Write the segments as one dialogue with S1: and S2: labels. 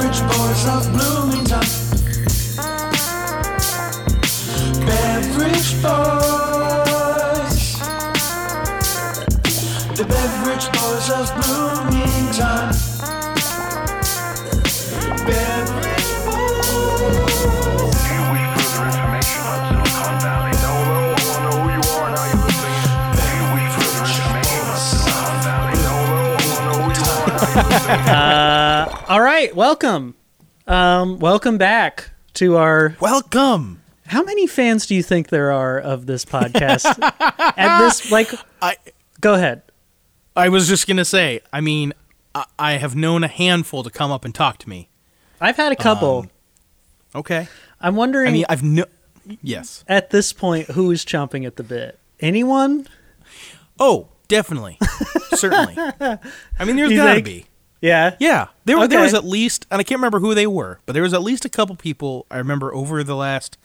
S1: streets of Bloomington. Beverage Boys. The Beverage Boys of Bloomington. Beverage Boys.
S2: If you wish further information on Silicon Valley, hello, I wanna know who you are and how you're listening. If you wish further information on Silicon Valley, hello, I wanna know who you are and how you're listening.
S3: All right, welcome. Um, welcome back to our.
S4: Welcome.
S3: How many fans do you think there are of this podcast? At this, like,
S4: I
S3: go ahead.
S4: I was just gonna say. I mean, I, I have known a handful to come up and talk to me.
S3: I've had a couple.
S4: Okay.
S3: I'm wondering
S4: um, I mean, I've no. Yes.
S3: at this point who is chomping at the bit. Anyone?
S4: Oh, definitely. Certainly. I mean, there's
S3: You
S4: gotta
S3: think?
S4: be.
S3: Yeah.
S4: Yeah, there, there
S3: Okay.
S4: was at least, and I can't remember who they were, but there was at least a couple people I remember over the last,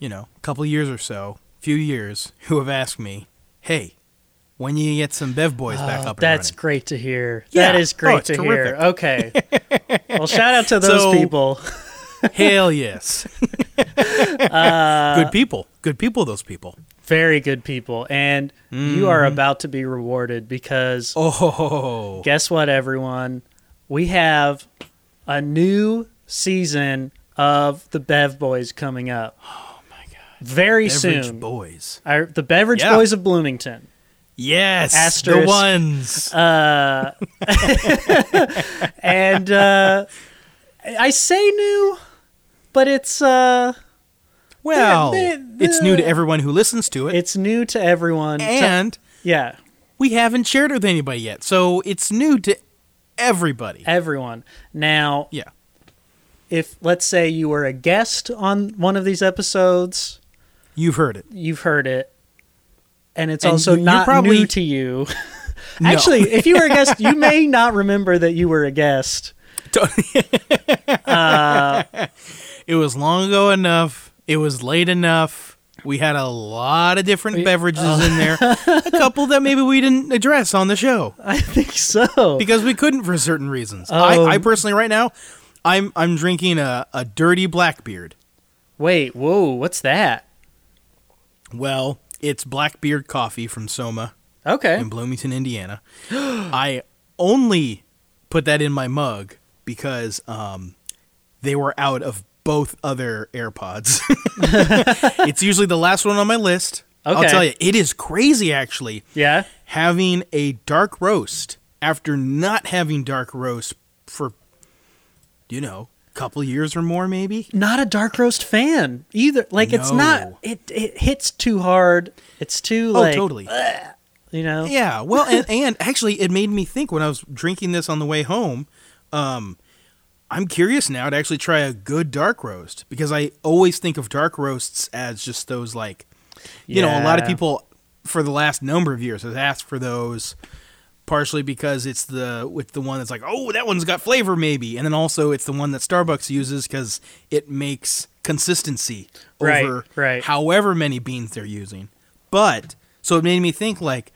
S4: you know, couple years or so, few years, who have asked me, "Hey, when you get some Bev Boys back up and
S3: Oh, That's
S4: running?"
S3: great to hear.
S4: Yeah.
S3: That is
S4: Oh,
S3: great
S4: it's
S3: to
S4: terrific.
S3: hear. Okay. well, shout out to those
S4: So-
S3: people.
S4: Hell yes,
S3: Uh,
S4: good people, good people, those people.
S3: Very good people. And you are
S4: Mm-hmm.
S3: about to be rewarded because
S4: Oh,
S3: guess what, everyone? We have a new season of the Bev Boys coming up. Oh, my God. Very
S4: average
S3: soon.
S4: boys.
S3: Our- the Beverage
S4: Yeah.
S3: Boys of Bloomington.
S4: Yes, the
S3: Asterisk. Uh,
S4: ones.
S3: and uh, I say new, but it's uh,
S4: well,
S3: they-
S4: it's new to everyone who listens to it,
S3: it's new to everyone. To-
S4: and
S3: yeah,
S4: we haven't shared it with anybody yet, so it's new to everybody.
S3: everyone. Now,
S4: Yeah.
S3: if let's say you were a guest on one of these episodes,
S4: You've heard it.
S3: you've heard it, and it's
S4: And
S3: also
S4: you're
S3: not
S4: probably-
S3: new to you. Actually, if you were a guest, you may not remember that you were a guest.
S4: Uh, it was long ago enough. It was late enough. We had a lot of different beverages in there. a couple that maybe we didn't address on the show
S3: I think so.
S4: because we couldn't for certain reasons. I, I personally, right now, I'm I'm drinking a, a dirty Blackbeard.
S3: Wait, whoa, what's that?
S4: Well, it's Blackbeard coffee from Soma
S3: Okay.
S4: in Bloomington, Indiana. I only put that in my mug because um, they were out of both other AirPods. it's usually the last one on my list. I'll
S3: Okay.
S4: tell you, it is crazy actually
S3: Yeah.
S4: having a dark roast after not having dark roast for, you know, couple years or more maybe.
S3: not a dark roast fan either. Like it's
S4: No.
S3: not it it hits too hard. It's too
S4: Oh,
S3: like
S4: totally.
S3: you know.
S4: Yeah. Well, and, and actually, it made me think when I was drinking this on the way home. Um, I'm curious now to actually try a good dark roast because I always think of dark roasts as just those like, you know, a lot of
S3: Yeah.
S4: people for the last number of years have asked for those. Partially because it's the with the one that's like, oh, that one's got flavor maybe, and then also it's the one that Starbucks uses because it makes consistency
S3: Right,
S4: over
S3: right.
S4: however many beans they're using. But so it made me think like,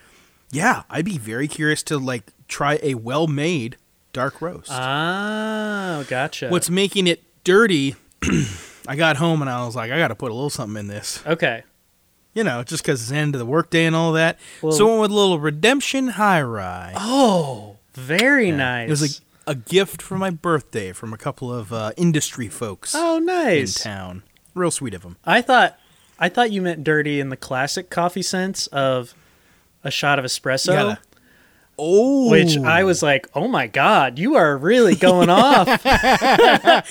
S4: yeah, I'd be very curious to like try a well-made dark roast.
S3: Uh, Oh, gotcha.
S4: What's making it dirty? I got home and I was like, I got to put a little something in this,
S3: okay?
S4: you know, just because it's the end of the workday and all that. so
S3: Well-
S4: I went with a little redemption high rye.
S3: Oh, very nice.
S4: It was a, a gift for my birthday from a couple of uh, industry folks
S3: oh,
S4: in
S3: nice.
S4: town. Real sweet of them.
S3: I thought I thought you meant dirty in the classic coffee sense of a shot of espresso,
S4: Gotta- Oh,
S3: which I was like, oh my god, you are really going off.
S4: I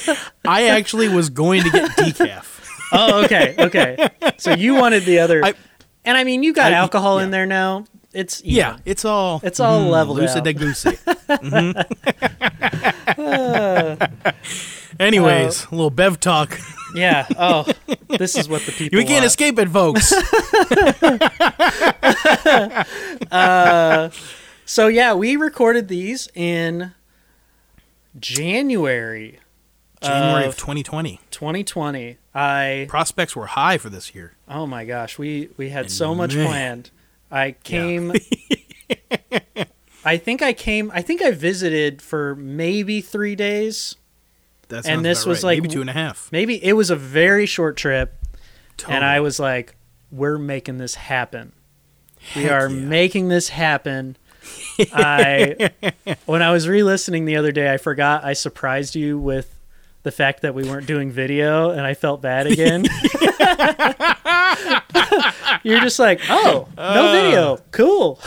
S4: actually was going to get decaf.
S3: Oh, okay, okay. So you wanted the other,
S4: I-
S3: and I mean, you got
S4: I-
S3: alcohol in
S4: yeah.
S3: there now. It's even.
S4: Yeah, it's all mm,
S3: It's all leveled
S4: Lucy
S3: out.
S4: de goosey.
S3: Uh,
S4: Anyways, a little bev talk.
S3: Yeah. Oh, this is what the people.
S4: We can't
S3: want.
S4: escape it, folks.
S3: Uh, So yeah, we recorded these in January
S4: January of
S3: Of-
S4: 2020.
S3: 2020. I
S4: Prospects were high for this year.
S3: oh my gosh, we we had so much
S4: man.
S3: planned. I came. I think I came. I think I visited for maybe three days.
S4: That
S3: And
S4: sounds
S3: this
S4: about
S3: was
S4: right.
S3: like-
S4: maybe two and a half.
S3: Maybe it was a very short trip,
S4: Totally.
S3: and I was like, "We're making this happen. we
S4: Heck
S3: are
S4: yeah.
S3: making this happen." I when I was re-listening the other day, I forgot I surprised you with the fact that we weren't doing video, and I felt bad again. You're just like, "Oh,
S4: Uh.
S3: no video, cool."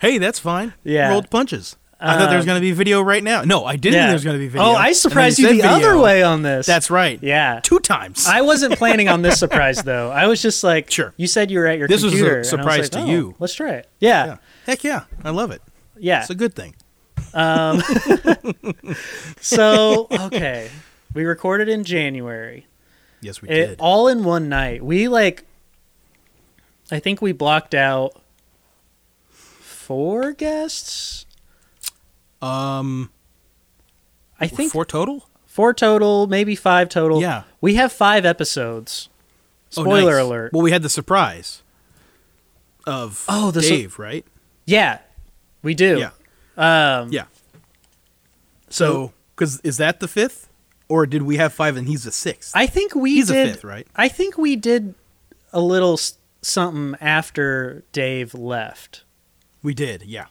S4: Hey, that's fine.
S3: Yeah. Um,
S4: rolled punches. I thought there was going to be video right now. No, I didn't think
S3: Yeah.
S4: there was going to be video.
S3: Oh,
S4: And
S3: I
S4: then
S3: surprised you
S4: said
S3: the
S4: video.
S3: other way on this.
S4: That's right.
S3: yeah.
S4: two times.
S3: I wasn't planning on this surprise though. I was just like,
S4: Sure.
S3: You said you were at your
S4: This was a
S3: computer. and I
S4: surprise
S3: like,
S4: to
S3: "Oh,
S4: you."
S3: Let's try it. Yeah,
S4: Yeah.
S3: yeah.
S4: Heck yeah, I love it. It's a good thing.
S3: so okay, we recorded in January.
S4: Yes, we
S3: It
S4: did.
S3: all in one night. We like, I think we blocked out four guests.
S4: um,
S3: I think
S4: four total.
S3: four total, maybe five total.
S4: Yeah.
S3: we have five episodes.
S4: Oh,
S3: Spoiler
S4: nice.
S3: alert.
S4: Well, we had the surprise of
S3: Oh, the su-
S4: Dave, right?
S3: yeah, we do.
S4: Yeah,
S3: Um,
S4: yeah. So, because is that the fifth, or did we have five and he's the sixth?
S3: I think we
S4: He's a
S3: did.
S4: fifth, right?
S3: I think we did a little s- something after Dave left.
S4: we did. Yeah,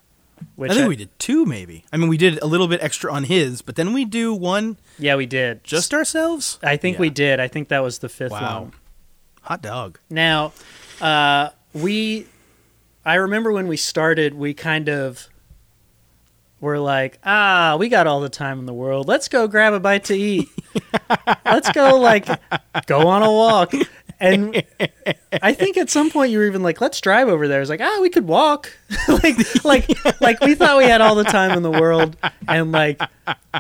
S3: Which
S4: I think we did two, maybe. I mean, we did a little bit extra on his, but then we do one
S3: Yeah, we did.
S4: just ourselves.
S3: I think
S4: Yeah.
S3: we did. I think that was the fifth
S4: Wow.
S3: one.
S4: Hot dog.
S3: Now, uh, we. I remember when we started, we kind of were like, ah, we got all the time in the world. Let's go grab a bite to eat. Let's go, like, go on a walk. And I think at some point you were even like, let's drive over there. It's like, ah, we could walk. like, like, like we thought we had all the time in the world. And like,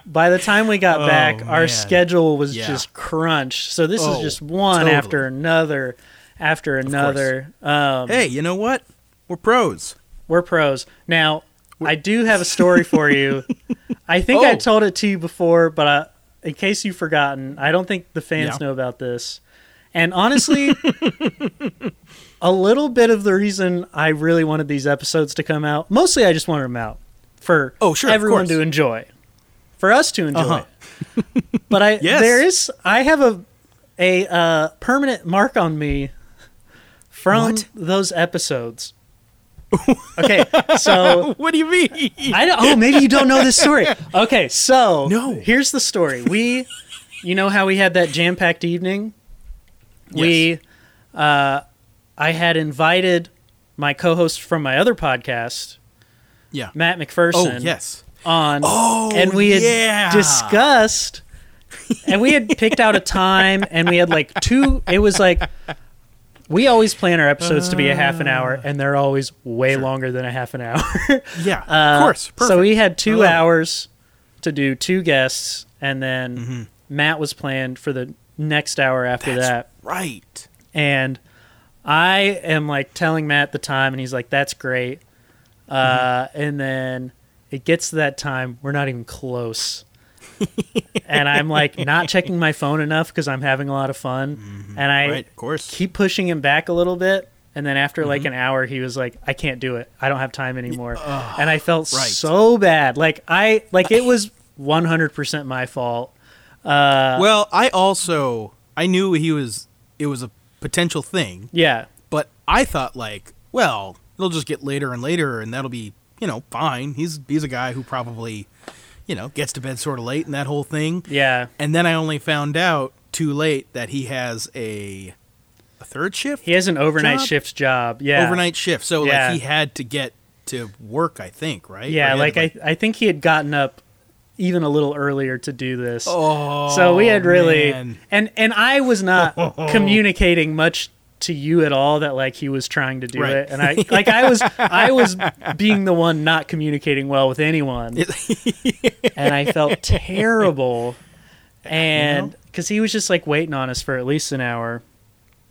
S3: by the time we got
S4: Oh,
S3: back, our
S4: man.
S3: schedule was
S4: Yeah.
S3: just crunched. So this
S4: Oh,
S3: is just one
S4: totally.
S3: after another after another. Um,
S4: Hey, you know what? We're pros.
S3: we're pros. Now, I do have a story for you. I think I
S4: Oh.
S3: told it to you before, but uh in case you've forgotten, I don't think the fans
S4: Yeah.
S3: know about this. And honestly, a little bit of the reason I really wanted these episodes to come out, mostly I just wanted them out for
S4: Oh, sure, of
S3: everyone
S4: course.
S3: to enjoy, for us to enjoy.
S4: Uh-huh.
S3: but I
S4: Yes.
S3: there is I have a a uh, permanent mark on me from
S4: What?
S3: those episodes. okay, so
S4: What do you mean?
S3: I don't, oh maybe you don't know this story. Okay, so
S4: No.
S3: here's the story. We, you know how we had that jam packed evening. We, uh, I had invited my co-host from my other podcast,
S4: yeah.
S3: Matt
S4: Oh
S3: McPherson
S4: yes.
S3: on
S4: Oh,
S3: and we had
S4: yeah.
S3: discussed and we had picked out a time and we had like two it was like we always plan our episodes to be a half an hour and they're always way longer than a half an hour
S4: Yeah.
S3: Uh,
S4: Uh. of course. Perfect.
S3: so we had
S4: I
S3: two
S4: love it.
S3: hours to do two guests and then matt was planned for the next hour after
S4: Mm-hmm. That's
S3: that
S4: right.
S3: and I am like telling Matt the time, and he's like, "That's great." Uh,
S4: Mm-hmm.
S3: and then it gets to that time, we're not even close, and I'm like not checking my phone enough because I'm having a lot of fun, and I
S4: Mm-hmm. right. Of course. Mm-hmm.
S3: keep pushing him back a little bit. And then after like an hour, he was like, "I can't do it. I don't have time anymore." and I felt
S4: right.
S3: so bad. Like I like it was 100% my fault.
S4: well, I also I knew he was it was a potential thing,
S3: Yeah.
S4: but I thought like, well, it'll just get later and later, and that'll be you know fine. He's he's a guy who probably you know gets to bed sort of late and that whole thing.
S3: Yeah.
S4: And then I only found out too late that he has a a third shift,
S3: He has an overnight
S4: Job?
S3: shifts job. Yeah.
S4: overnight shift. So
S3: Yeah.
S4: like he had to get to work, I think, right?
S3: Yeah,
S4: Or he had
S3: like
S4: to,
S3: I, I think he had gotten up even a little earlier to do this.
S4: Oh,
S3: so we had really
S4: man. Oh.
S3: and and I was not communicating much to you at all that like he was trying to do
S4: Right.
S3: it and I like I was I was being the one not communicating well with anyone. and I felt terrible and cuz he was just like waiting on us for at least an hour.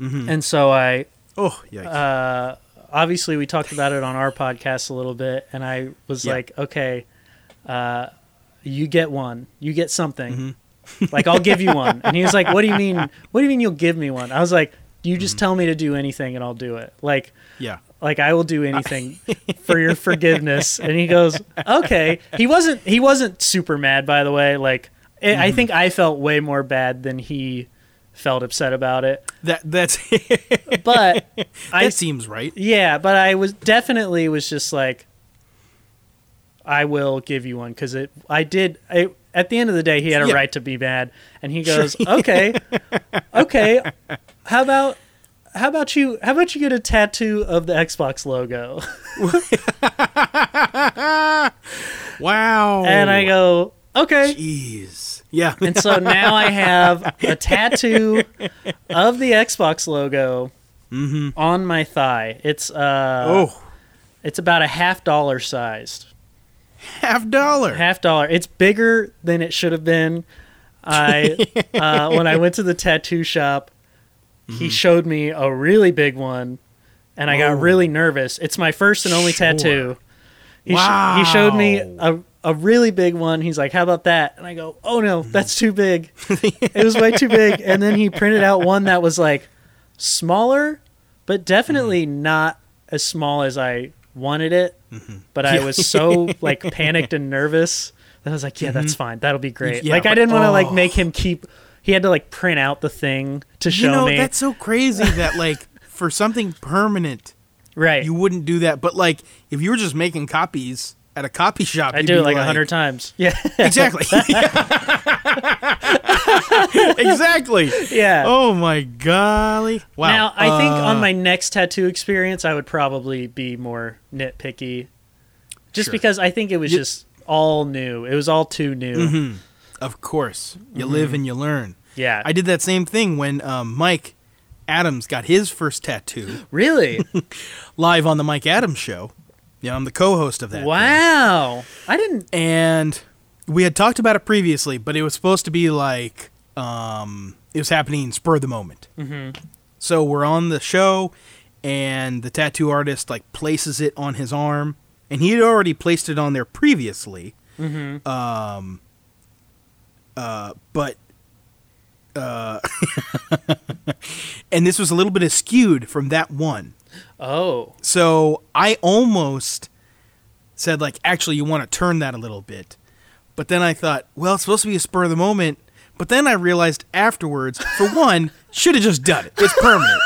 S4: Mm-hmm.
S3: And so I
S4: Oh, yikes.
S3: uh, obviously we talked about it on our podcast a little bit and i was
S4: Yeah.
S3: like okay uh, you get one you get something like i'll give you one and he was like what do you mean what do you mean you'll give me one i was like you just tell me to do anything and i'll do it like
S4: yeah.
S3: Like I will do anything for your forgiveness." And he goes, "Okay." He wasn't he wasn't super mad by the way. Like I I think I felt way more bad than he felt upset about it.
S4: That that's that
S3: But I
S4: seems right.
S3: yeah, but I was definitely was just like, I will give you one because it. I did. I, at the end of the day, he had a
S4: Yeah.
S3: right to be mad, and he goes, "Okay, okay, how about how about you how about you get a tattoo of the Xbox logo?"
S4: Wow.
S3: And I
S4: Oh.
S3: go, "Okay."
S4: jeez. Yeah.
S3: And uh, so now I have a tattoo of the Xbox logo on my thigh. It's uh,
S4: Mm-hmm. oh,
S3: it's about a half dollar sized.
S4: half dollar.
S3: half dollar. It's bigger than it should have been. I uh, when I went to the tattoo shop, he showed me a really big one, and I
S4: Mm-hmm. Oh.
S3: got really nervous. It's my first and only
S4: Sure.
S3: tattoo. He, sh- he showed me
S4: Wow.
S3: a a really big one. He's like, "How about that?" And I go, "Oh no,
S4: Mm-hmm.
S3: that's too big. it was way too big." And then he printed out one that was like smaller, but definitely not as small as I wanted it.
S4: Mm-hmm.
S3: But I was so like panicked and nervous that I was like, "Yeah, that's fine. That'll be great."
S4: Mm-hmm. Yeah,
S3: like I
S4: but-
S3: didn't want to like
S4: oh.
S3: make him keep. He had to like print out the thing to show
S4: you know
S3: me.
S4: that's so crazy that like for something permanent
S3: right.
S4: you wouldn't do that, but like if you were just making copies at a copy shop,
S3: I
S4: you'd
S3: do
S4: be
S3: it like a hundred times. Yeah.
S4: Exactly. exactly.
S3: yeah.
S4: Oh my golly! Wow.
S3: Now, I think
S4: Uh,
S3: on my next tattoo experience, I would probably be more nitpicky, just
S4: Sure.
S3: because I think it was
S4: You- Mm-hmm.
S3: just all new. It was all too new.
S4: Uh, of course, you live and you learn.
S3: Mm-hmm. Yeah,
S4: I did that same thing when um, Mike Adams got his first tattoo
S3: really.
S4: live on the Mike Adams show. Yeah, I'm the co-host of that. thing.
S3: wow, I didn't.
S4: and we had talked about it previously, but it was supposed to be like um, it was happening spur of the moment. Mm-hmm. So we're on the show, and the tattoo artist like places it on his arm, and he had already placed it on there previously. Um, uh, but. Uh, and this was a little bit skewed from that one.
S3: Oh,
S4: So I almost said like, actually, you want to turn that a little bit, but then I thought, well, it's supposed to be a spur of the moment. But then I realized afterwards, for one, should have just done it. It's permanent.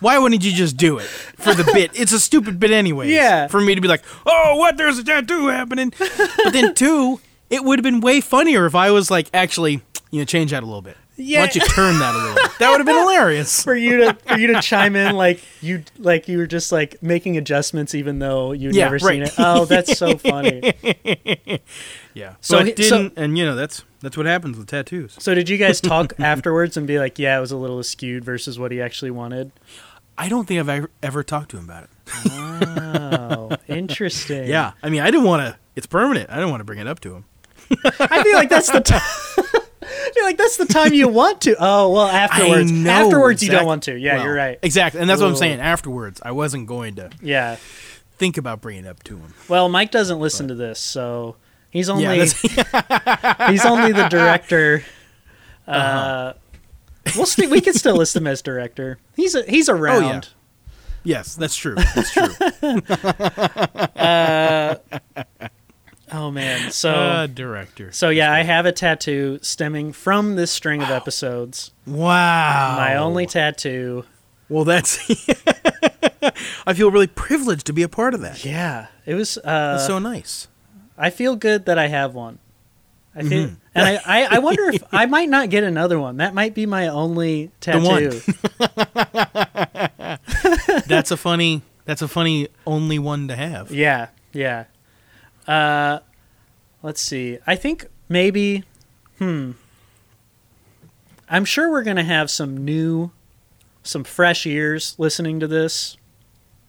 S4: Why wouldn't you just do it for the bit? It's a stupid bit anyway.
S3: Yeah.
S4: For me to be like, oh, what? There's a tattoo happening. But then two, it would have been way funnier if I was like, actually, you know, change that a little bit.
S3: Yeah.
S4: Why don't you turn that a little? bit? That would have been hilarious.
S3: for you to for you to chime in like you like you were just like making adjustments even though you'd
S4: Yeah,
S3: never seen
S4: right.
S3: it. Oh, that's so funny.
S4: Yeah.
S3: So
S4: So
S3: he-
S4: it
S3: so-
S4: didn't, and you know that's that's what happens with tattoos.
S3: So did you guys talk afterwards and be like, yeah, it was a little askewed versus what he actually wanted?
S4: I don't think I've ever, ever talked to him about it.
S3: Oh, interesting.
S4: Yeah, I mean, I didn't want to. It's permanent. I didn't want to bring it up to him.
S3: I feel like that's the time. I feel like that's the time you want to. Oh well, afterwards.
S4: I know,
S3: afterwards, you don't
S4: exact-
S3: want to. Yeah,
S4: well,
S3: you're right.
S4: Exactly, and that's what I'm
S3: Ooh.
S4: saying. Afterwards, I wasn't going to
S3: Yeah.
S4: think about bringing it up to him.
S3: Well, Mike doesn't listen to this, so he's only
S4: that's-
S3: he's only the director. Uh,
S4: Uh-huh.
S3: we'll st- we can still list him as director. He's a, he's around.
S4: Yes, that's true. That's true.
S3: Oh man. So
S4: uh, director.
S3: so yeah, I have a tattoo stemming from this string of episodes.
S4: Wow.
S3: My only tattoo.
S4: Well, that's. I feel really privileged to be a part of that.
S3: Yeah, it was. Uh,
S4: That's so nice.
S3: I feel good that I have one. I feel,
S4: Mm-hmm.
S3: and I, I, I wonder if I might not get another one. That might be my only
S4: one.
S3: tattoo.
S4: That's a funny. That's a funny only one to have.
S3: yeah, yeah. Uh, let's see. I think maybe, hmm. I'm sure we're gonna have some new, some fresh ears listening to this.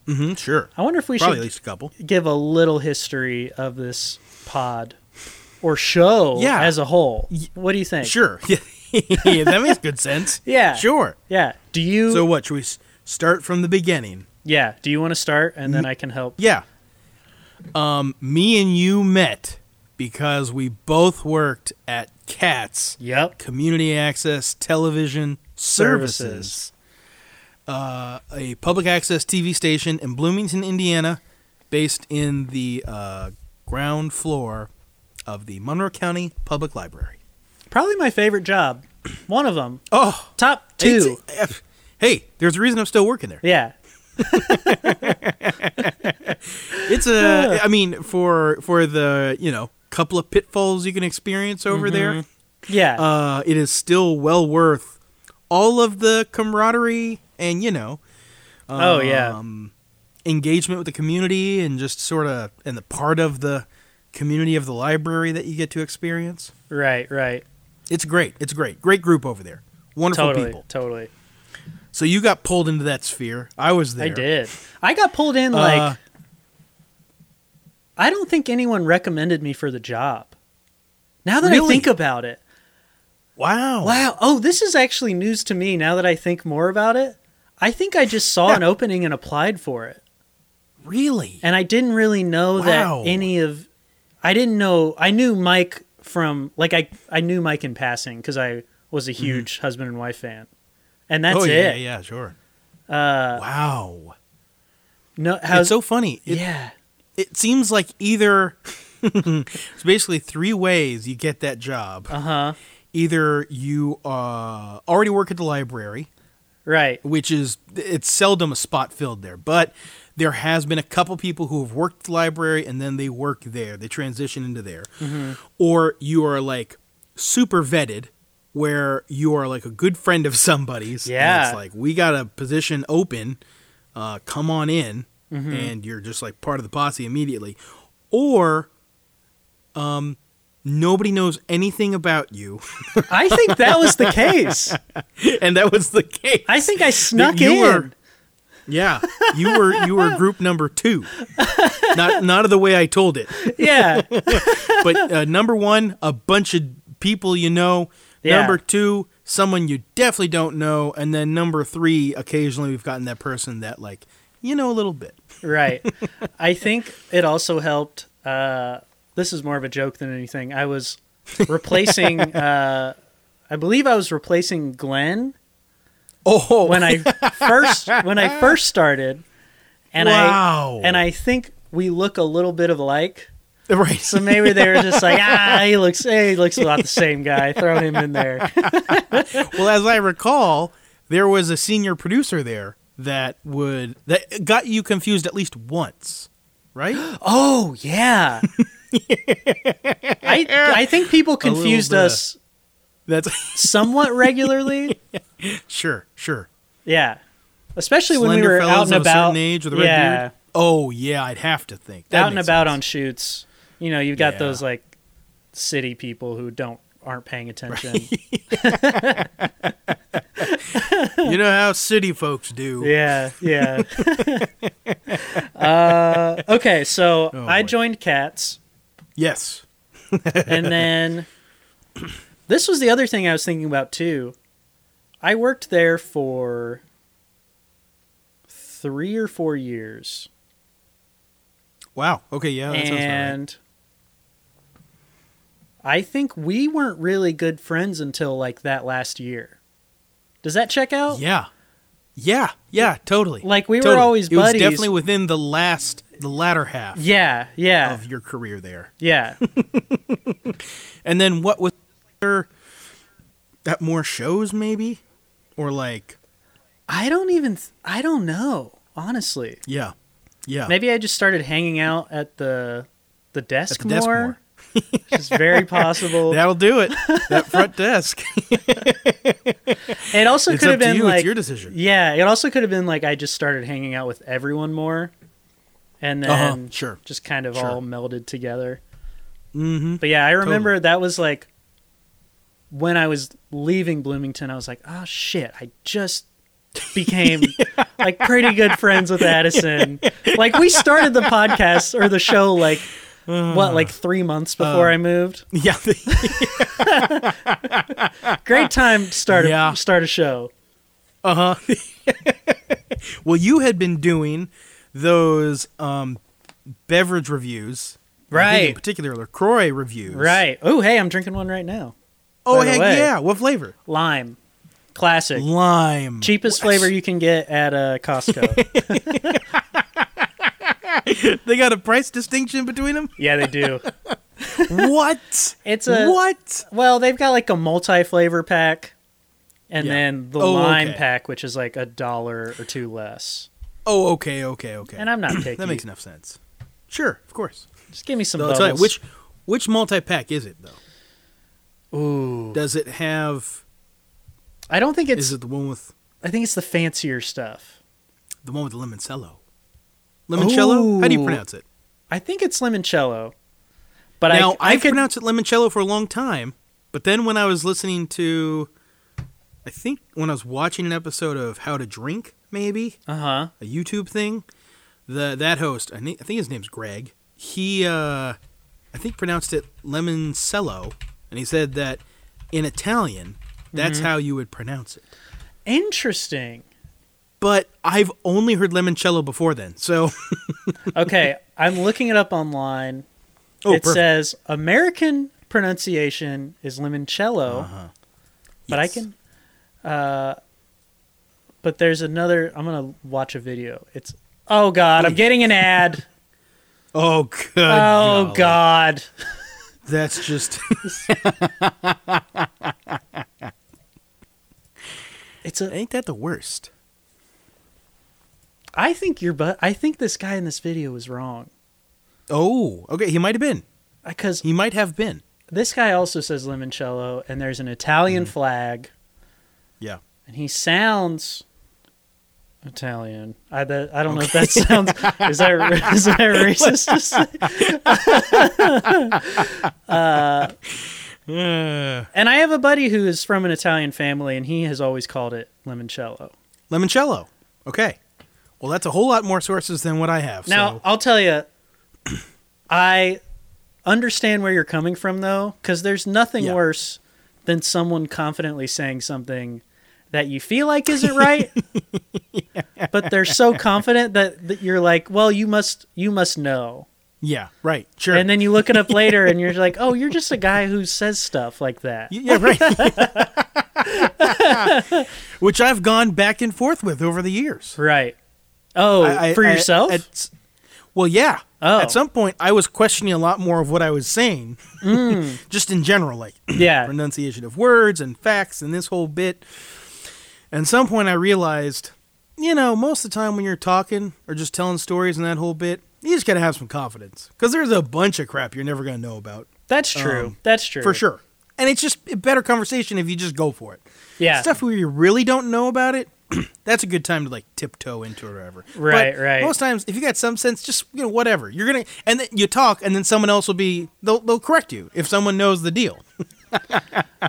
S4: Mm-hmm, sure.
S3: I wonder if we
S4: Probably
S3: should
S4: at least a couple.
S3: give a little history of this pod or show
S4: Yeah.
S3: as a whole. What do you think?
S4: Sure. yeah, that makes good sense.
S3: Yeah.
S4: Sure.
S3: Yeah. Do you?
S4: So what? Should we s- start from the beginning?
S3: Yeah. Do you want to start and then I can help?
S4: Yeah. Um, me and you met because we both worked at Cats
S3: Yep.
S4: Community Access Television Services.
S3: Services.
S4: uh, a public access TV station in Bloomington, Indiana, based in the uh, ground floor of the Monroe County Public Library.
S3: Probably my favorite job. One of them.
S4: Oh,
S3: Top two.
S4: It's- Hey, there's a reason I'm still working there.
S3: Yeah.
S4: It's a, I mean, for for the you know couple of pitfalls you can experience over
S3: Mm-hmm.
S4: there,
S3: Yeah.
S4: uh, it is still well worth all of the camaraderie and you know
S3: oh yeah.
S4: um, engagement with the community and just sort of and the part of the community of the library that you get to experience.
S3: Right, right.
S4: It's great. It's great. Great group over there. Wonderful
S3: Totally.
S4: people.
S3: Totally.
S4: So you got pulled into that sphere. I was there.
S3: I did. I got pulled in like
S4: Uh,
S3: I don't think anyone recommended me for the job. Now that I
S4: Really?
S3: think about it.
S4: Wow.
S3: Wow. Oh, this is actually news to me now that I think more about it. I think I just saw an opening and applied for it.
S4: Really?
S3: And I didn't really know
S4: Wow.
S3: that any of I didn't know I knew Mike from like I I knew Mike in passing cuz I was a huge husband and wife fan. And that's
S4: Mm-hmm. oh yeah,
S3: it.
S4: yeah, sure.
S3: Uh
S4: Wow.
S3: no how's
S4: it's so funny. It,
S3: Yeah.
S4: it seems like either it's basically three ways you get that job.
S3: Uh-huh.
S4: Either you uh, already work at the library,
S3: Right.
S4: which is it's seldom a spot filled there, but there has been a couple people who have worked at the library and then they work there. They transition into there. Or you are like super vetted where you are like a good friend of somebody's. and
S3: Yeah.
S4: it's like we got a position open, uh, come on in and you're just like part of the posse immediately. Or um nobody knows anything about you.
S3: I think that was the case.
S4: and that was the case.
S3: I think I snuck
S4: you
S3: in.
S4: were- Yeah, you were you were group number two, not not of the way I told it,
S3: Yeah.
S4: but uh, number one, a bunch of people you know.
S3: Yeah.
S4: Number two, someone you definitely don't know, and then number three, occasionally we've gotten that person that like you know a little bit.
S3: right. I think it also helped. Uh, this is more of a joke than anything. I was replacing. uh, I believe I was replacing Glenn
S4: Oh,
S3: when I first when I first started, and
S4: Wow.
S3: I and I think we look a little bit of alike.
S4: right,
S3: So maybe they were just like, ah, he looks, hey, he looks about the same guy. Throw him in there.
S4: well, as I recall, there was a senior producer there that would that got you confused at least once, right?
S3: Oh yeah. I I think people confused
S4: bit.
S3: us
S4: That's
S3: somewhat regularly.
S4: sure, sure.
S3: Yeah. Especially when we
S4: Slender
S3: were
S4: fellows
S3: out and
S4: of a
S3: about
S4: certain age with a red
S3: yeah,
S4: beard? Oh yeah, I'd have to think. That
S3: out and
S4: makes
S3: about on
S4: sense.
S3: shoots. You know, you've got
S4: Yeah.
S3: those like city people who don't aren't paying attention.
S4: you know how city folks do.
S3: Yeah, yeah. uh, okay, so
S4: Oh,
S3: I
S4: boy.
S3: joined Cats
S4: Yes.
S3: and then this was the other thing I was thinking about too. I worked there for 3 or 4 years.
S4: Wow. Okay. Yeah. Oh, That sounds about right.
S3: and I think we weren't really good friends until like that last year. Does that check out?
S4: Yeah. Yeah. Yeah. Totally.
S3: Like, we were
S4: Totally.
S3: always
S4: It
S3: buddies.
S4: was definitely within the last, the latter half
S3: yeah, yeah,
S4: of your career there.
S3: yeah.
S4: And then what was there? At more shows, maybe, or like,
S3: I don't even. Th- I don't know, honestly.
S4: yeah, yeah.
S3: Maybe I just started hanging out at the the desk,
S4: the desk
S3: more,
S4: more.
S3: which is very possible.
S4: That'll do it. That front desk.
S3: it also
S4: it's
S3: could
S4: up
S3: have
S4: to
S3: been
S4: you.
S3: like
S4: it's your decision.
S3: yeah. It also could have been like I just started hanging out with everyone more, and then
S4: Uh-huh, sure.
S3: just kind of
S4: Sure.
S3: all melded together.
S4: Mm-hmm.
S3: But yeah, I remember that was like when I was leaving Bloomington, I was like, oh shit, I just became like pretty good friends with Addison. Like we started the podcast or the show like
S4: Uh-huh.
S3: what, like three months before
S4: Uh.
S3: I moved?
S4: Yeah.
S3: Great time to start a,
S4: Yeah.
S3: start a show.
S4: Uh huh. well, you had been doing those um, beverage reviews, I think
S3: Right.
S4: In particular, Lacroix reviews,
S3: Right. Oh, hey, I'm drinking one right now.
S4: Oh,
S3: by the
S4: heck
S3: way.
S4: yeah! What flavor?
S3: Lime. classic.
S4: Lime.
S3: Cheapest flavor you can get at uh, Costco.
S4: They got a price distinction between them?
S3: yeah, they do.
S4: What?
S3: It's a
S4: What?
S3: Well, they've got like a multi-flavor pack, and
S4: Yeah.
S3: then the
S4: Oh,
S3: lime
S4: okay.
S3: pack, which is like a dollar or two less.
S4: Oh, okay, okay, okay.
S3: And I'm not picky.
S4: that makes enough sense. Sure, of course.
S3: Just give me some.
S4: Though I'll tell you,
S3: bubbles.
S4: which which multi pack is it though?
S3: Ooh,
S4: Does it have?
S3: I don't think it's.
S4: Is it the one with
S3: I think it's the fancier stuff.
S4: the one with the limoncello? Limoncello? How do you
S3: Ooh.
S4: pronounce it?
S3: I think it's limoncello. But
S4: now I,
S3: I, I could.
S4: pronounced it limoncello for a long time, but then when I was listening to, I think when I was watching an episode of How to Drink, maybe
S3: Uh huh.
S4: a YouTube thing. The that host, I, thi- I think his name's Greg. He, uh, I think, pronounced it lemoncello, and he said that in Italian, that's
S3: Mm-hmm.
S4: how you would pronounce it.
S3: Interesting.
S4: But I've only heard limoncello before then, so
S3: Okay, I'm looking it up online.
S4: oh,
S3: it
S4: perfect.
S3: says American pronunciation is limoncello, but I
S4: Uh-huh. Yes.
S3: can. Uh, but there's another. I'm gonna watch a video. It's oh god, I'm getting an ad.
S4: Oh good.
S3: oh
S4: golly.
S3: god,
S4: That's just
S3: it's a.
S4: ain't that the worst?
S3: I think your but I think this guy in this video was wrong
S4: Oh, okay. He might have been.
S3: because
S4: He might have been.
S3: this guy also says limoncello, and there's an Italian
S4: Mm-hmm.
S3: flag.
S4: Yeah.
S3: and he sounds Italian. I bet, I don't know if that sounds is that is that racist to say?
S4: Uh,
S3: And I have a buddy who is from an Italian family, and he has always called it limoncello.
S4: limoncello. Okay. Well, that's a whole lot more sources than what I have.
S3: Now
S4: so.
S3: I'll tell you, I understand where you're coming from though, because there's nothing
S4: Yeah.
S3: worse than someone confidently saying something that you feel like isn't right, but they're so confident that, that you're like, well, you must you must know.
S4: yeah, right, sure.
S3: And then you look it up later and you're like, oh, you're just a guy who says stuff like that.
S4: Y- Yeah, right. Which I've gone back and forth with over the years.
S3: Right. Oh,
S4: I- I-
S3: for
S4: I-
S3: yourself?
S4: at s- well, yeah.
S3: Oh.
S4: At some point, I was questioning a lot more of what I was saying, just in general, like
S3: Mm. yeah.
S4: pronunciation of words and facts and this whole bit. And some point, I realized, you know, most of the time when you're talking or just telling stories and that whole bit, you just got to have some confidence because there's a bunch of crap you're never going to know about
S3: That's true.
S4: um,
S3: That's true.
S4: for sure. And it's just a better conversation if you just go for it.
S3: Yeah.
S4: stuff where you really don't know about it, that's a good time to like tiptoe into it or whatever.
S3: Right,
S4: But
S3: right.
S4: Most times, if you got some sense, just you know whatever you're gonna, and then you talk, and then someone else will be they'll they'll correct you if someone knows the deal.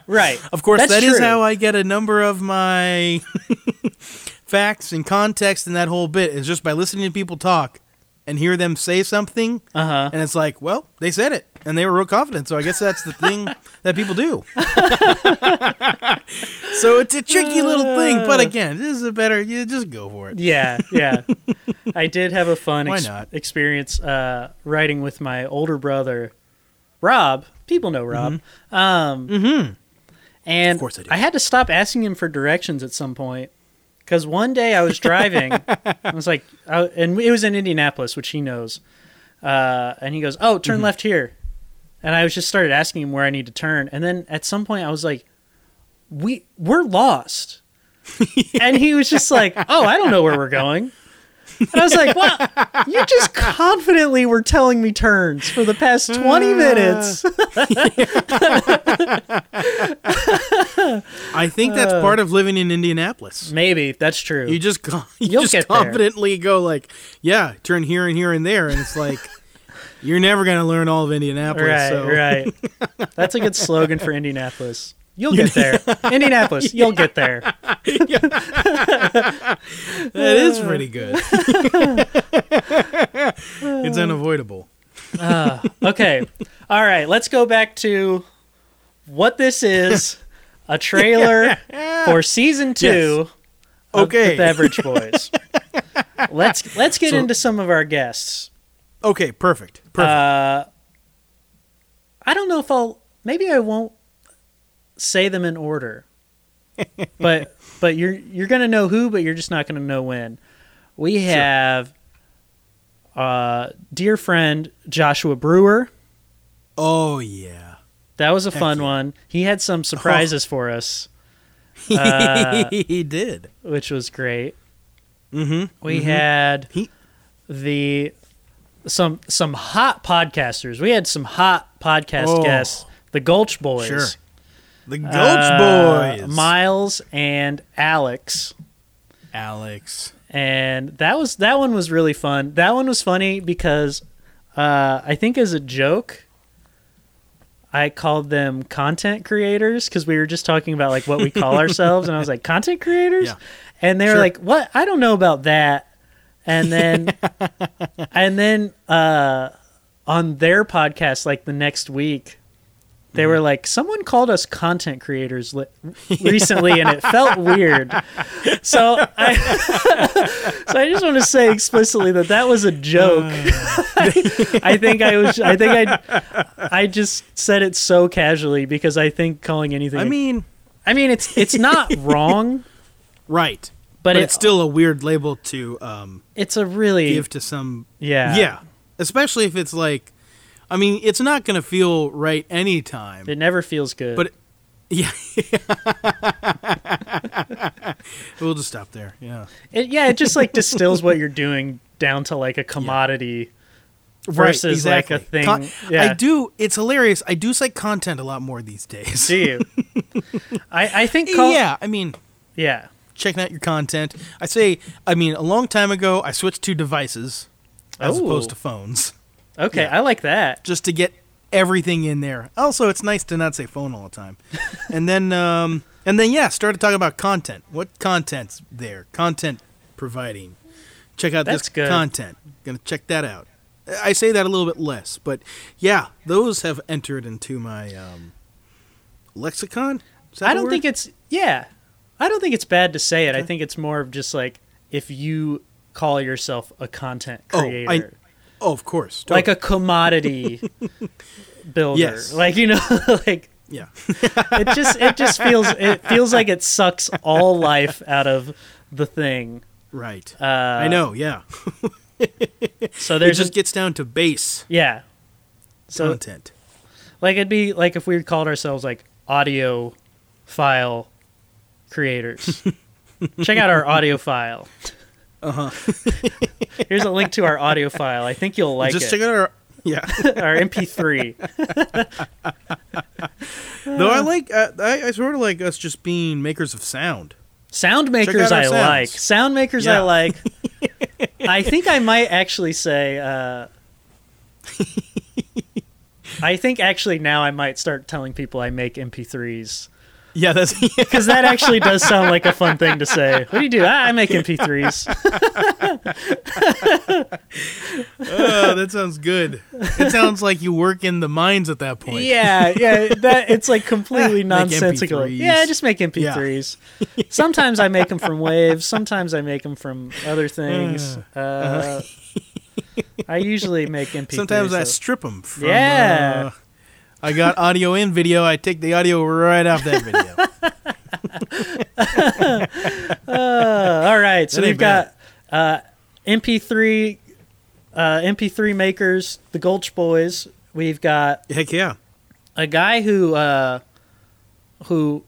S3: Right.
S4: Of course,
S3: That's
S4: that is
S3: true.
S4: how I get a number of my facts and context and that whole bit is just by listening to people talk and hear them say something,
S3: Uh-huh.
S4: and it's like, well, they said it, and they were real confident. So I guess that's the thing that people do. so it's a tricky little thing, but
S3: Uh.
S4: again, this is a better. You just go for it.
S3: Yeah, yeah. I did have a fun
S4: Why
S3: ex-
S4: not?
S3: experience uh, writing with my older brother, Rob. People know Rob. Um, And
S4: Mm-hmm. Of course I do.
S3: I had to stop asking him for directions at some point because one day I was driving. I was like, I, and it was in Indianapolis, which he knows. Uh, and he goes, "Oh, turn
S4: Mm-hmm.
S3: left here." And I was just started asking him where I need to turn, and then at some point I was like, "We we're lost." and he was just like, "Oh, I don't know where we're going." And I was like, "What? You just confidently were telling me turns for the past twenty minutes."
S4: I think
S3: Uh.
S4: that's part of living in Indianapolis.
S3: Maybe that's true.
S4: You just con- you
S3: You'll
S4: just
S3: get there.
S4: confidently go like, yeah, turn here and here and there, and it's like you're never gonna learn all of Indianapolis.
S3: right,
S4: so.
S3: right. That's a good slogan for Indianapolis. You'll get there, Indianapolis. You'll get there.
S4: That is pretty good. it's unavoidable.
S3: Okay, all right. Let's go back to what this is. A trailer for season two. of
S4: Okay.
S3: the Beverage Boys. let's let's get
S4: So-
S3: into some of our guests.
S4: Okay, perfect. Perfect.
S3: Uh, I don't know if I'll. Maybe I won't say them in order. but but you're you're gonna know who, but you're just not gonna know when. We have uh, dear friend Joshua Brewer.
S4: Oh yeah.
S3: That was a fun
S4: Excellent. Oh.
S3: one. He had some surprises for us, uh,
S4: he did.
S3: which was great.
S4: Mhm.
S3: We had
S4: He-
S3: the some some hot podcasters. We had some hot podcast
S4: Oh.
S3: guests. The Gulch Boys,
S4: Sure. The Gulch
S3: Uh,
S4: Boys.
S3: Miles and Alex.
S4: Alex.
S3: and that was that one was really fun. That one was funny because uh, I think as a joke, I called them content creators because we were just talking about like what we call ourselves, and I was like content creators,
S4: Yeah.
S3: and they were
S4: Sure.
S3: like, "What? I don't know about that." And then, and then uh, on their podcast, like the next week. They were like, someone called us content creators li- recently, and it felt weird. So I, so I just want to say explicitly that that was a joke.
S4: Uh.
S3: I think I was. I think I. I just said it so casually because I think calling anything.
S4: I mean,
S3: I mean, it's it's not wrong,
S4: right.
S3: but,
S4: But,
S3: it-
S4: it's still a weird label to um,
S3: it's a really
S4: give to some.
S3: yeah
S4: Yeah. Especially if it's like, I mean, it's not going to feel right anytime.
S3: It never feels good.
S4: But- yeah. we'll just stop there. Yeah.
S3: it, yeah, it just like distills what you're doing down to like a commodity. Versus, like, a thing-
S4: Con-
S3: yeah.
S4: I do. It's hilarious. I do cite content a lot more these days.
S3: Do you? I I think call,
S4: yeah. I mean,
S3: yeah
S4: checking out your content. I say, I mean, a long time ago, I switched to devices as
S3: Oh.
S4: opposed to phones
S3: okay I like that
S4: just to get everything in there. Also, it's nice to not say phone all the time. and then, um, and then, yeah, started talking about content. What content's there? Content providing. Check out
S3: That's
S4: this
S3: good.
S4: content. Gonna check that out. I say that a little bit less, but yeah, those have entered into my um, lexicon. Is that
S3: I
S4: the
S3: don't
S4: word?
S3: think it's yeah I don't think it's bad to say it I think it's more of just like if you call yourself a content
S4: Oh, I-
S3: creator.
S4: Oh, of course.
S3: like a commodity builder.
S4: Yes.
S3: Like you know, like
S4: yeah.
S3: it just it just feels it feels like it sucks all life out of the thing.
S4: Right. I know. Yeah.
S3: So
S4: It
S3: Uh, there's
S4: just
S3: a-
S4: gets down to base
S3: yeah. So
S4: content.
S3: like it'd be like if we called ourselves like audio file creators. Check out our audio file. Uh-huh. Here's a link to our audio file. I think you'll like
S4: just
S3: it.
S4: check out our yeah.
S3: our MP3.
S4: Though I like uh, I, I sort of like us just being makers of sound.
S3: Sound
S4: out
S3: makers
S4: our
S3: I
S4: sounds.
S3: like. Sound makers I
S4: Yeah.
S3: like. I think I might actually say. Uh, I think actually now I might start telling people I make MP3s
S4: Yeah, that's
S3: because that actually does sound like a fun thing to say. What do you do? Ah, I make MP3s.
S4: uh, that sounds good. It sounds like you work in the mines at that point.
S3: yeah, yeah. That it's like completely
S4: Make
S3: nonsensical.
S4: MP3s.
S3: Yeah, I just make MP3s. Sometimes I make them from waves. Sometimes I make them from other things.
S4: uh-huh.
S3: Uh, I usually make MP3s.
S4: Sometimes I
S3: though.
S4: strip them. From, uh,
S3: Yeah.
S4: I got audio and video. I take the audio right off that video.
S3: Uh, all right, so
S4: That
S3: we've
S4: ain't
S3: got uh, MP3, uh, MP3 makers, the Gulch Boys. We've got
S4: Heck yeah.
S3: a guy who, uh, who,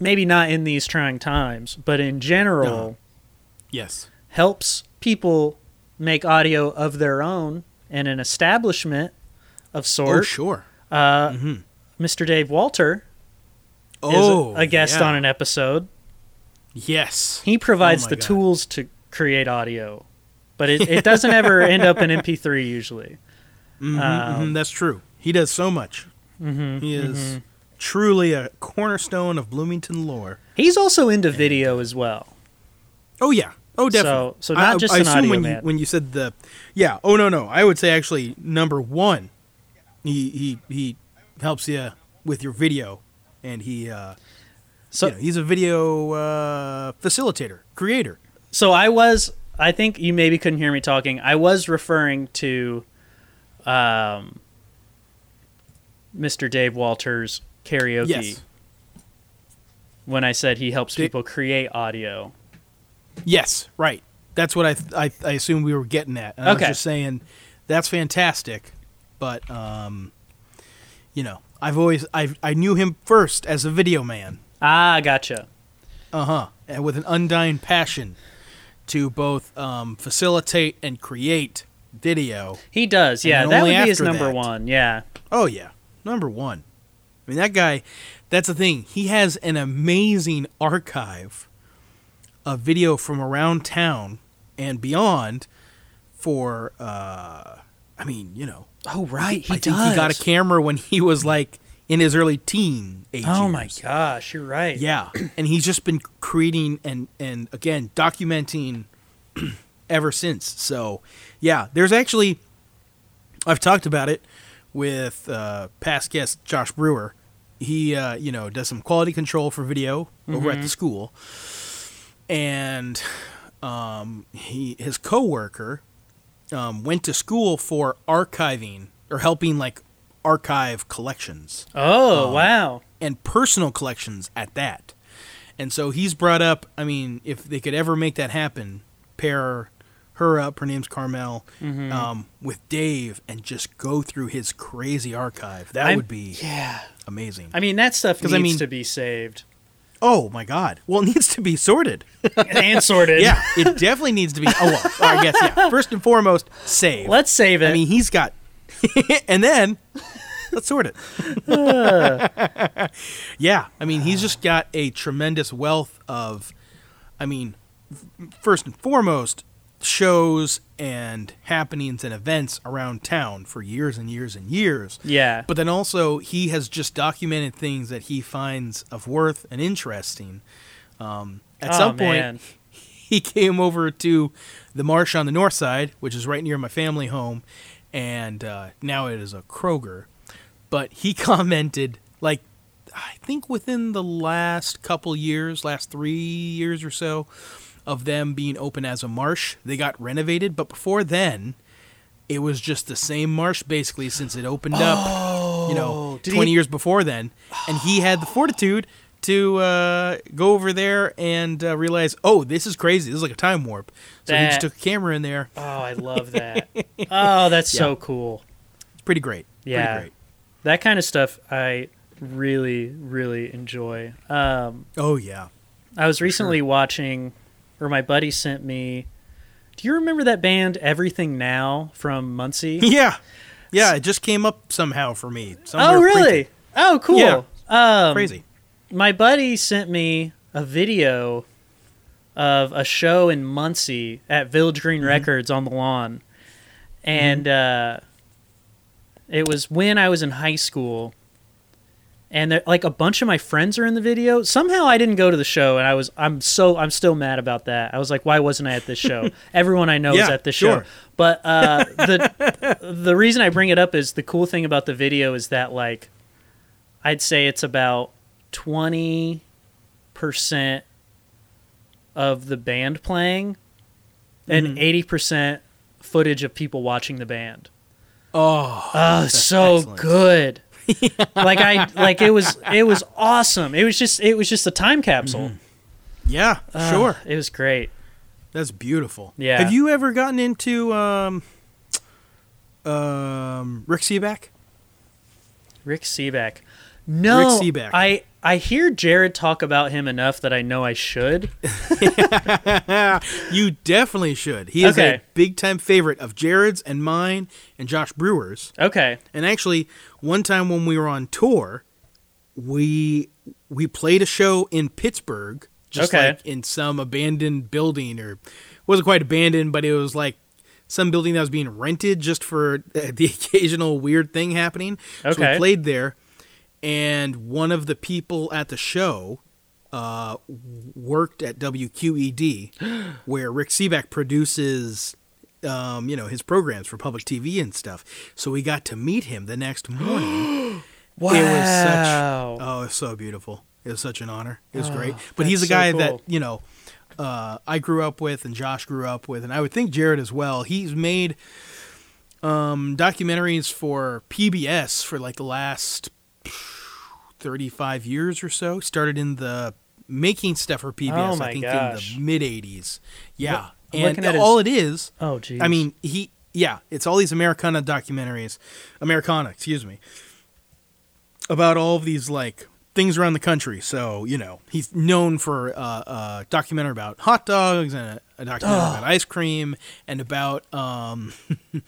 S3: maybe not in these trying times, but in general,
S4: Yes.
S3: helps people make audio of their own in an establishment of
S4: Oh Mm-hmm.
S3: sort.
S4: sure.
S3: Mr. Dave Walter is
S4: Oh,
S3: a guest
S4: yeah.
S3: on an episode.
S4: Yes.
S3: He provides
S4: my
S3: the
S4: God.
S3: tools to create audio, but it, it doesn't ever end up in MP3 usually. Um,
S4: Mhm, that's true. Mm-hmm, He does so much. he is truly a cornerstone of Bloomington lore.
S3: He's also into video as well.
S4: Oh yeah. Oh, definitely.
S3: So- so not
S4: I,
S3: just
S4: I
S3: an
S4: assume
S3: audio
S4: when
S3: man.
S4: You, when you said the, yeah. Oh no no. I would say actually number one, he he he helps you with your video, and he uh,
S3: So
S4: you know, he's a video uh, facilitator creator.
S3: so I was I think you maybe couldn't hear me talking. I was referring to um Mr. Dave Walters karaoke
S4: Yes.
S3: when I said he helps
S4: Did-
S3: people create audio.
S4: Yes, right. That's what I th- I, I assume we were getting at. And I
S3: Okay.
S4: was just saying that's fantastic, but um, you know, I've always I I knew him first as a video man.
S3: Ah, gotcha.
S4: Uh huh. And with an undying passion to both um, facilitate and create video.
S3: He does.
S4: And
S3: Yeah,
S4: then
S3: that
S4: only
S3: would be his
S4: after
S3: number
S4: that.
S3: one. Yeah.
S4: Oh yeah, number one. I mean that guy. That's the thing. He has an amazing archive of video from around town and beyond. For uh, I mean, you know,
S3: Oh right, he
S4: I think he got a camera when he was like in his early teen age.
S3: Oh
S4: years.
S3: my gosh, you're right.
S4: Yeah, and he's just been creating and and again documenting ever since. So, yeah, there's actually I've talked about it with uh, past guest Josh Brewer. He uh, you know does some quality control for video over at the school, and um, he his coworker um, went to school for archiving or helping like archive collections
S3: Oh wow.
S4: and personal collections at that. And so he's brought up, I mean, if they could ever make that happen, pair her up, her name's Carmel,
S3: Mm-hmm.
S4: um, with Dave and just go through his crazy archive. That
S3: I'm-
S4: would be
S3: Yeah.
S4: amazing.
S3: I mean that stuff
S4: 'Cause
S3: needs
S4: I mean-
S3: to be saved
S4: oh my God. Well, it needs to be sorted.
S3: and sorted.
S4: yeah, it definitely needs to be. Oh, well, I guess, yeah. First and foremost, save.
S3: Let's save it.
S4: I mean, he's got. and then let's sort it. yeah, I mean, he's just got a tremendous wealth of, I mean, f- first and foremost, shows and happenings and events around town for years and years and years.
S3: yeah.
S4: But then also, he has just documented things that he finds of worth and interesting. Um, at
S3: Oh,
S4: some
S3: man.
S4: point, he came over to the marsh on the north side, which is right near my family home, and uh, now it is a Kroger. But he commented, like, I think within the last couple years, last three years or so, of them being open as a marsh, they got renovated. But before then, it was just the same marsh basically since it opened
S3: Oh,
S4: up, you know,
S3: did
S4: 20
S3: he-
S4: years before then. And he had the fortitude to uh, go over there and uh, realize, oh, this is crazy. This is like a time warp. So he just
S3: That-
S4: took a camera in there.
S3: oh, I love that. oh, that's so cool.
S4: It's pretty great.
S3: Yeah.
S4: Pretty great.
S3: That kind of stuff I really really enjoy. Um
S4: Oh, yeah.
S3: I was recently watching, or my buddy sent me. Do you remember that band Everything Now from Muncie?
S4: Yeah. Yeah, it just came up somehow for me. Somewhere
S3: oh, really?
S4: printed.
S3: Oh, cool.
S4: Yeah.
S3: Um,
S4: Crazy.
S3: My buddy sent me a video of a show in Muncie at Village
S4: Mm-hmm.
S3: Green Records on the lawn, and uh, it was when I was in high school. And there- like a bunch of my friends are in the video. Somehow I didn't go to the show, and I was I'm so I'm still mad about that. I was like, why wasn't I at this show? Everyone I know is
S4: Yeah,
S3: at this show.
S4: sure.
S3: But uh, the the reason I bring it up is the cool thing about the video is that like I'd say it's about twenty percent of the band playing
S4: Mm-hmm.
S3: and 80 percent footage of people watching the band.
S4: Oh,
S3: Oh, so
S4: excellent.
S3: good. like I like it was it was awesome. It was just it was just a time capsule.
S4: yeah,
S3: Ah,
S4: Mm-hmm. sure.
S3: It was great.
S4: That's beautiful.
S3: Yeah.
S4: Have you ever gotten into um, um, Rick Seaback?
S3: Rick Seaback. No.
S4: Rick Seaback.
S3: I I hear Jared talk about him enough that I know I should.
S4: You definitely should. He is
S3: Okay.
S4: a big time favorite of Jared's and mine and Josh Brewer's.
S3: Okay.
S4: And actually, one time when we were on tour, we we played a show in Pittsburgh, just
S3: Okay.
S4: like in some abandoned building or it wasn't quite abandoned, but it was like some building that was being rented just for uh, the occasional weird thing happening. So
S3: Okay.
S4: we played there, and one of the people at the show uh, worked at WQED, where Rick Seaback produces, um, you know, his programs for public TV and stuff. So we got to meet him the next morning.
S3: Wow.
S4: It was such oh, it's so beautiful. It was such an honor. It was great. But he's a
S3: Oh, that's so
S4: guy that
S3: cool.
S4: you know uh, I grew up with, and Josh grew up with, and I would think Jared as well. He's made um, documentaries for PBS for like the last 35 years or so. Started in the making stuff for PBS.
S3: Oh
S4: I
S3: my
S4: think
S3: gosh.
S4: in the mid '80s. Yeah,
S3: I'm
S4: and
S3: looking at his-
S4: all it is.
S3: Oh, geez.
S4: I mean, he yeah, it's all these Americana documentaries, Americana, excuse me, about all of these like things around the country. So you know, he's known for uh, a documentary about hot dogs and a, a documentary about ice cream and about um,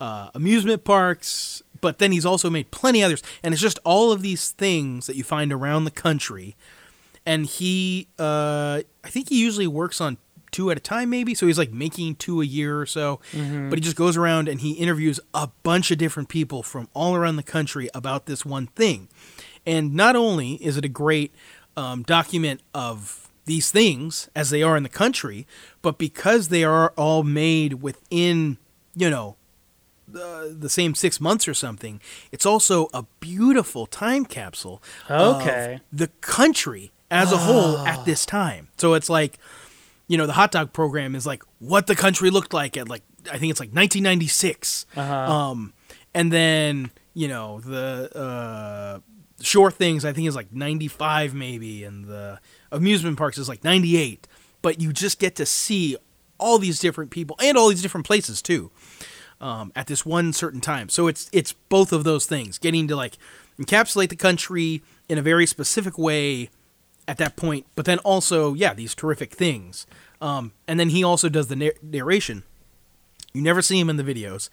S4: uh, amusement parks. But then he's also made plenty others, and it's just all of these things that you find around the country and he uh i think he usually works on two at a time maybe so he's like making two a year or so but he just goes around and he interviews a bunch of different people from all around the country about this one thing and not only is it a great um, document of these things as they are in the country but because they are all made within you know the same six months or something. It's also a beautiful time capsule. of
S3: Okay.
S4: the country as a whole at this time. So it's like, you know, the hot dog program is like what the country looked like at like I think it's like 1996. Um, and then you know the uh, shore things I think is like 95 maybe, and the amusement parks is like 98. But you just get to see all these different people and all these different places too um, at this one certain time. So it's it's both of those things, getting to like encapsulate the country in a very specific way at that point, but then also yeah, these terrific things. Um, and then he also does the nar- narration. You never see him in the videos.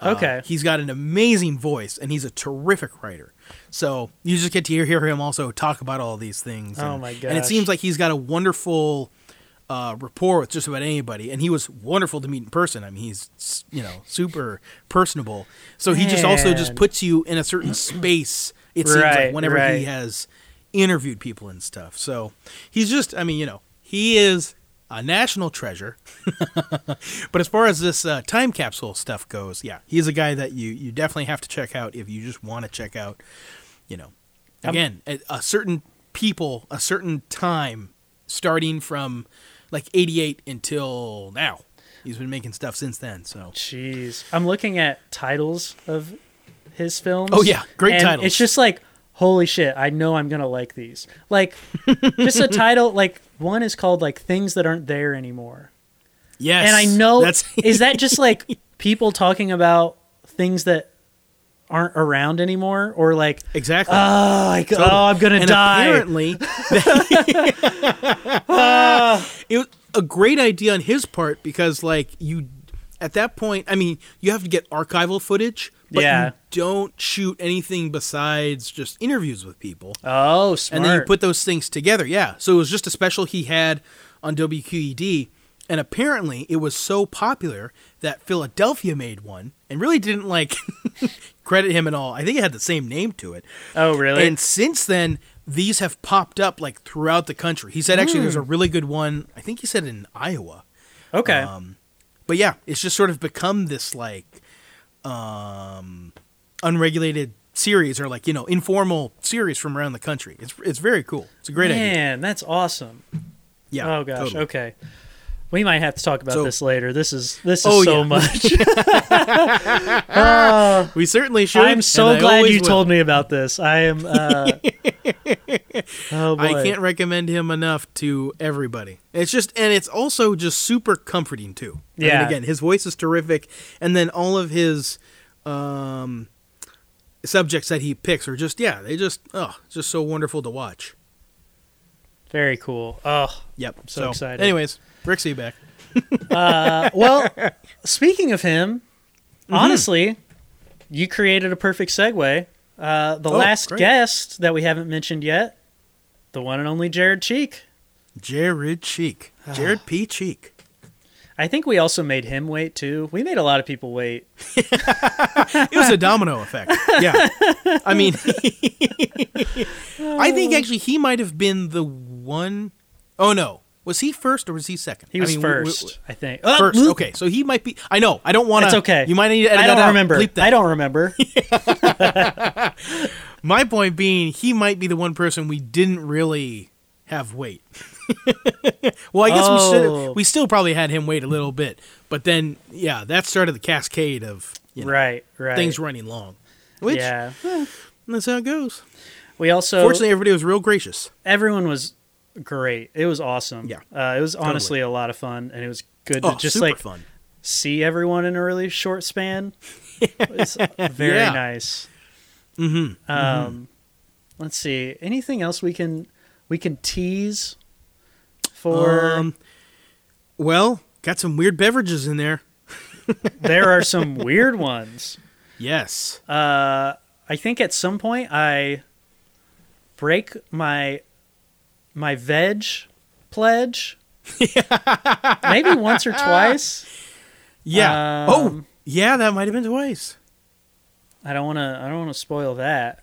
S4: Uh,
S3: Okay.
S4: he's got an amazing voice and he's a terrific writer. So you just get to hear, hear him also talk about all these things.
S3: Oh
S4: and-
S3: my
S4: And it
S3: gosh.
S4: seems like he's got a wonderful uh, rapport with just about anybody, and he was wonderful to meet in person. I mean, he's you know super personable. So he just also just
S3: Man.
S4: puts you in a certain space. It seems like
S3: Right,
S4: whenever
S3: right.
S4: he has interviewed people and stuff. So he's just, I mean, you know, he is a national treasure. but as far as this uh, time capsule stuff goes, yeah, he's a guy that you you definitely have to check out if you just want to check out. You know, again, a, a certain people, a certain time, starting from like '88 until now. He's been making stuff since then. So
S3: Jeez, I'm looking at titles of his films.
S4: Oh, yeah. Great
S3: and
S4: titles.
S3: It's just like holy shit. I know I'm gonna like these. Like just a title. Like one is called like things that aren't there anymore.
S4: yes,
S3: And I know
S4: that's
S3: is that just like people talking about things that aren't around anymore, or like
S4: exactly.
S3: oh, like, oh I'm gonna
S4: and
S3: die.
S4: Apparently, it was a great idea on his part because, like, you at that point, I mean, you have to get archival footage, but
S3: Yeah.
S4: you don't shoot anything besides just interviews with people.
S3: oh, smart.
S4: And then you put those things together. Yeah. So it was just a special he had on WQED. And apparently it was so popular that Philadelphia made one and really didn't like credit him at all. I think it had the same name to it.
S3: oh, really?
S4: And since then, these have popped up like throughout the country. He said actually
S3: Hmm.
S4: there's a really good one. I think he said in Iowa.
S3: okay.
S4: um, But yeah, it's just sort of become this like um unregulated series or like, you know, informal series from around the country. It's it's very cool. It's a great idea.
S3: Man, that's awesome.
S4: Yeah.
S3: Oh gosh.
S4: totally.
S3: Okay. We might have to talk about
S4: So-
S3: this later. This is this is
S4: Oh,
S3: so
S4: yeah.
S3: much.
S4: We certainly should.
S3: I'm so
S4: and I
S3: glad
S4: always
S3: you
S4: will.
S3: told me about this. I am. Uh, oh boy.
S4: I can't recommend him enough to everybody. It's just, and it's also just super comforting too. I mean,
S3: Yeah.
S4: again, his voice is terrific, and then all of his um, subjects that he picks are just, yeah, they just, oh, just so wonderful to watch.
S3: Very cool. Oh
S4: Yep.
S3: so excited.
S4: Anyways, Rick Seaback.
S3: uh, well. speaking of him,
S4: Mm-hmm.
S3: honestly, you created a perfect segue. Uh, the
S4: Oh,
S3: last
S4: great.
S3: guest that we haven't mentioned yet, the one and only Jared Cheek.
S4: Jared Cheek.
S3: Ah.
S4: Jared P. Cheek.
S3: I think we also made him wait too. We made a lot of people wait.
S4: It was a domino effect. Yeah. I mean, I think actually he might have been the one oh no. Was he first or was he second?
S3: He
S4: I
S3: was
S4: mean, w- w-
S3: first, I think. Oh,
S4: First, okay, so he might be. I know. I don't want to.
S3: That's okay.
S4: You might need to edit
S3: I
S4: that
S3: don't
S4: out.
S3: remember.
S4: Bleep that.
S3: I don't remember.
S4: My point being, he might be the one person we didn't really have wait. well, I guess we
S3: Oh.
S4: should. We still probably had him wait a little bit, but then yeah, that started the cascade of you know,
S3: right, right.
S4: things running long. Which
S3: yeah.
S4: that's how it goes.
S3: We also
S4: Fortunately, everybody was real gracious.
S3: everyone was great. It was awesome.
S4: Yeah.
S3: uh, it was honestly a lot of fun, and it was good
S4: Oh,
S3: to just
S4: super
S3: like
S4: fun.
S3: see everyone in a really short span. it's very
S4: Yeah.
S3: nice. Mm-hmm. Um, let's see. Anything else we can we can tease for?
S4: Um, well, got some weird beverages in there.
S3: there are some weird ones.
S4: Yes.
S3: Uh, I think at some point I break my my veg pledge. Maybe once or twice. um,
S4: yeah. oh, yeah. That might have been twice.
S3: I don't want to I don't want to spoil that.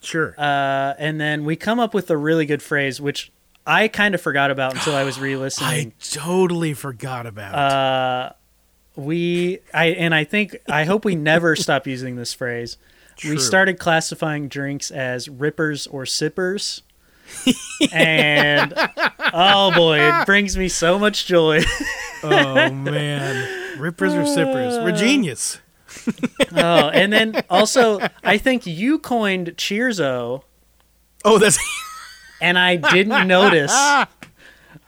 S4: Sure.
S3: Uh, and then we come up with a really good phrase which I kind of forgot about until I was
S4: I
S3: re-listening.
S4: totally forgot about.
S3: Uh, we I and I think I hope we never stop using this phrase. We
S4: True.
S3: started classifying drinks as rippers or sippers. and oh boy, it brings me so much joy.
S4: oh man, rippers or sippers?
S3: Uh,
S4: We're genius.
S3: Oh, and then also I think you coined Cheerzo
S4: Oh, that's.
S3: and I didn't notice. I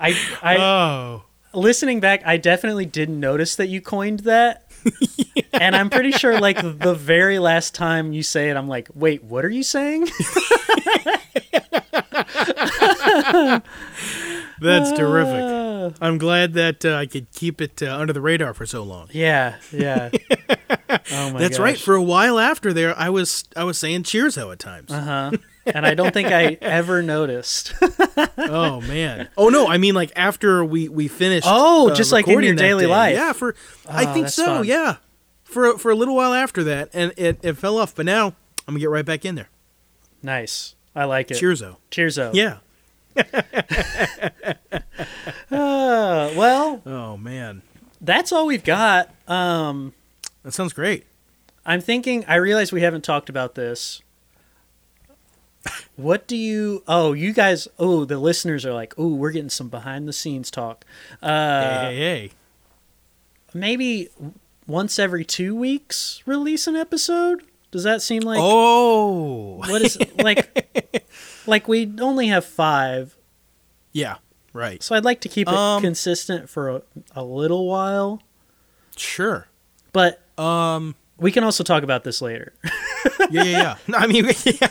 S3: I
S4: Oh,
S3: listening back, I definitely didn't notice that you coined that. And I'm pretty sure, like, the very last time you say it, I'm like, wait, what are you saying?
S4: that's
S3: Uh,
S4: terrific. I'm glad that uh, I could keep it uh, under the radar for so long.
S3: Yeah, yeah. oh my
S4: That's right.
S3: gosh.
S4: For a while after there, I was I was saying cheers though at times.
S3: and I don't think I ever noticed.
S4: Oh man. Oh no, I mean like after we we finished.
S3: Oh,
S4: uh,
S3: just like in
S4: recording
S3: your
S4: that
S3: daily
S4: day.
S3: life. Oh,
S4: Yeah, for I think
S3: that's
S4: so.
S3: fun.
S4: Yeah, for for a little while after that, and it, it fell off. But now I'm gonna get right back in there.
S3: nice. I like it.
S4: Cheers though.
S3: Cheers though.
S4: Yeah.
S3: Uh, well,
S4: Oh man,
S3: that's all we've got. Um,
S4: that sounds great.
S3: I'm thinking. I realize we haven't talked about this. What do you? Oh, you guys. Oh, the listeners are like, oh, we're getting some behind the scenes talk. Uh,
S4: hey, hey, hey.
S3: Maybe once every two weeks, release an episode. Does that seem like?
S4: oh.
S3: What is like? like we only have five,
S4: Yeah. Right.
S3: so I'd like to keep it
S4: Um,
S3: consistent for a, a little while.
S4: Sure.
S3: But
S4: Um.
S3: we can also talk about this later.
S4: Yeah. Yeah. Yeah. No, I mean. yeah,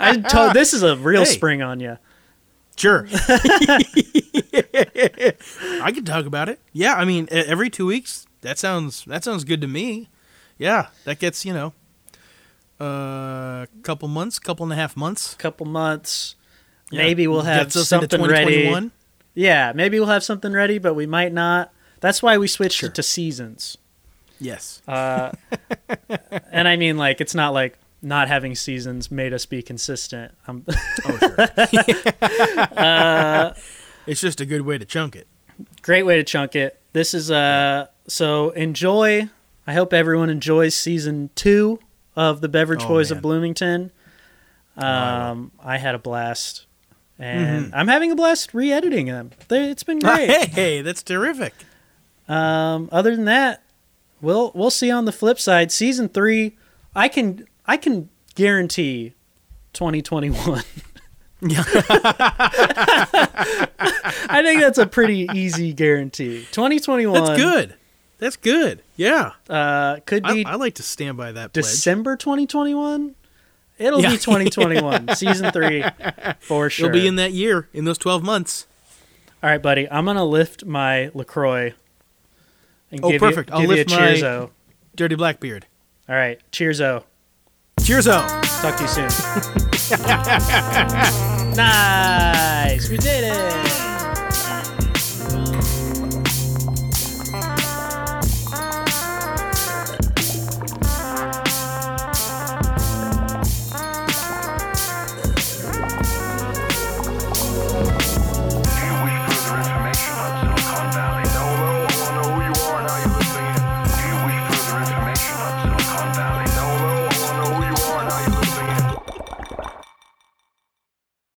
S3: I told this is a real
S4: Hey.
S3: spring on you.
S4: Sure. I could talk about it. Yeah. I mean, e- every two weeks. That sounds. That sounds good to me. Yeah. That gets you know. A couple months, couple and a half months.
S3: Couple months,
S4: Yeah.
S3: maybe we'll have
S4: Gets us into
S3: something ready.
S4: 2021.
S3: Yeah, maybe we'll have something ready, but we might not. That's why we switched
S4: Sure.
S3: it to seasons.
S4: Yes.
S3: Uh, And I mean, like, it's not like not having seasons made us be consistent. Um,
S4: oh, sure.
S3: Uh,
S4: it's just a good way to chunk it.
S3: great way to chunk it. This is uh, so enjoy. I hope everyone enjoys season two of the Beverage
S4: Oh,
S3: Boys of
S4: man.
S3: Bloomington. Um, I had a blast, and I'm having a blast re-editing them. They, it's been great.
S4: Mm-hmm. Hey, hey, that's terrific.
S3: Um, other than that, we'll we'll see on the flip side. Season three, I can I can guarantee 2021. I think that's a pretty easy guarantee. 2021
S4: That's good. That's good. Yeah.
S3: Uh, could
S4: I,
S3: be
S4: I like to stand by that pledge.
S3: December 2021. It'll
S4: Yeah.
S3: be 2021 season 3 for sure.
S4: It'll be in that year, in those 12 months.
S3: All right, buddy. I'm going to lift my LaCroix and
S4: Oh,
S3: give
S4: perfect.
S3: you
S4: I'll
S3: give
S4: lift
S3: you
S4: my-
S3: a cheerzo.
S4: Dirty Blackbeard.
S3: All right. Cheerzo.
S4: Cheers out.
S3: Talk to you soon. nice. We did it.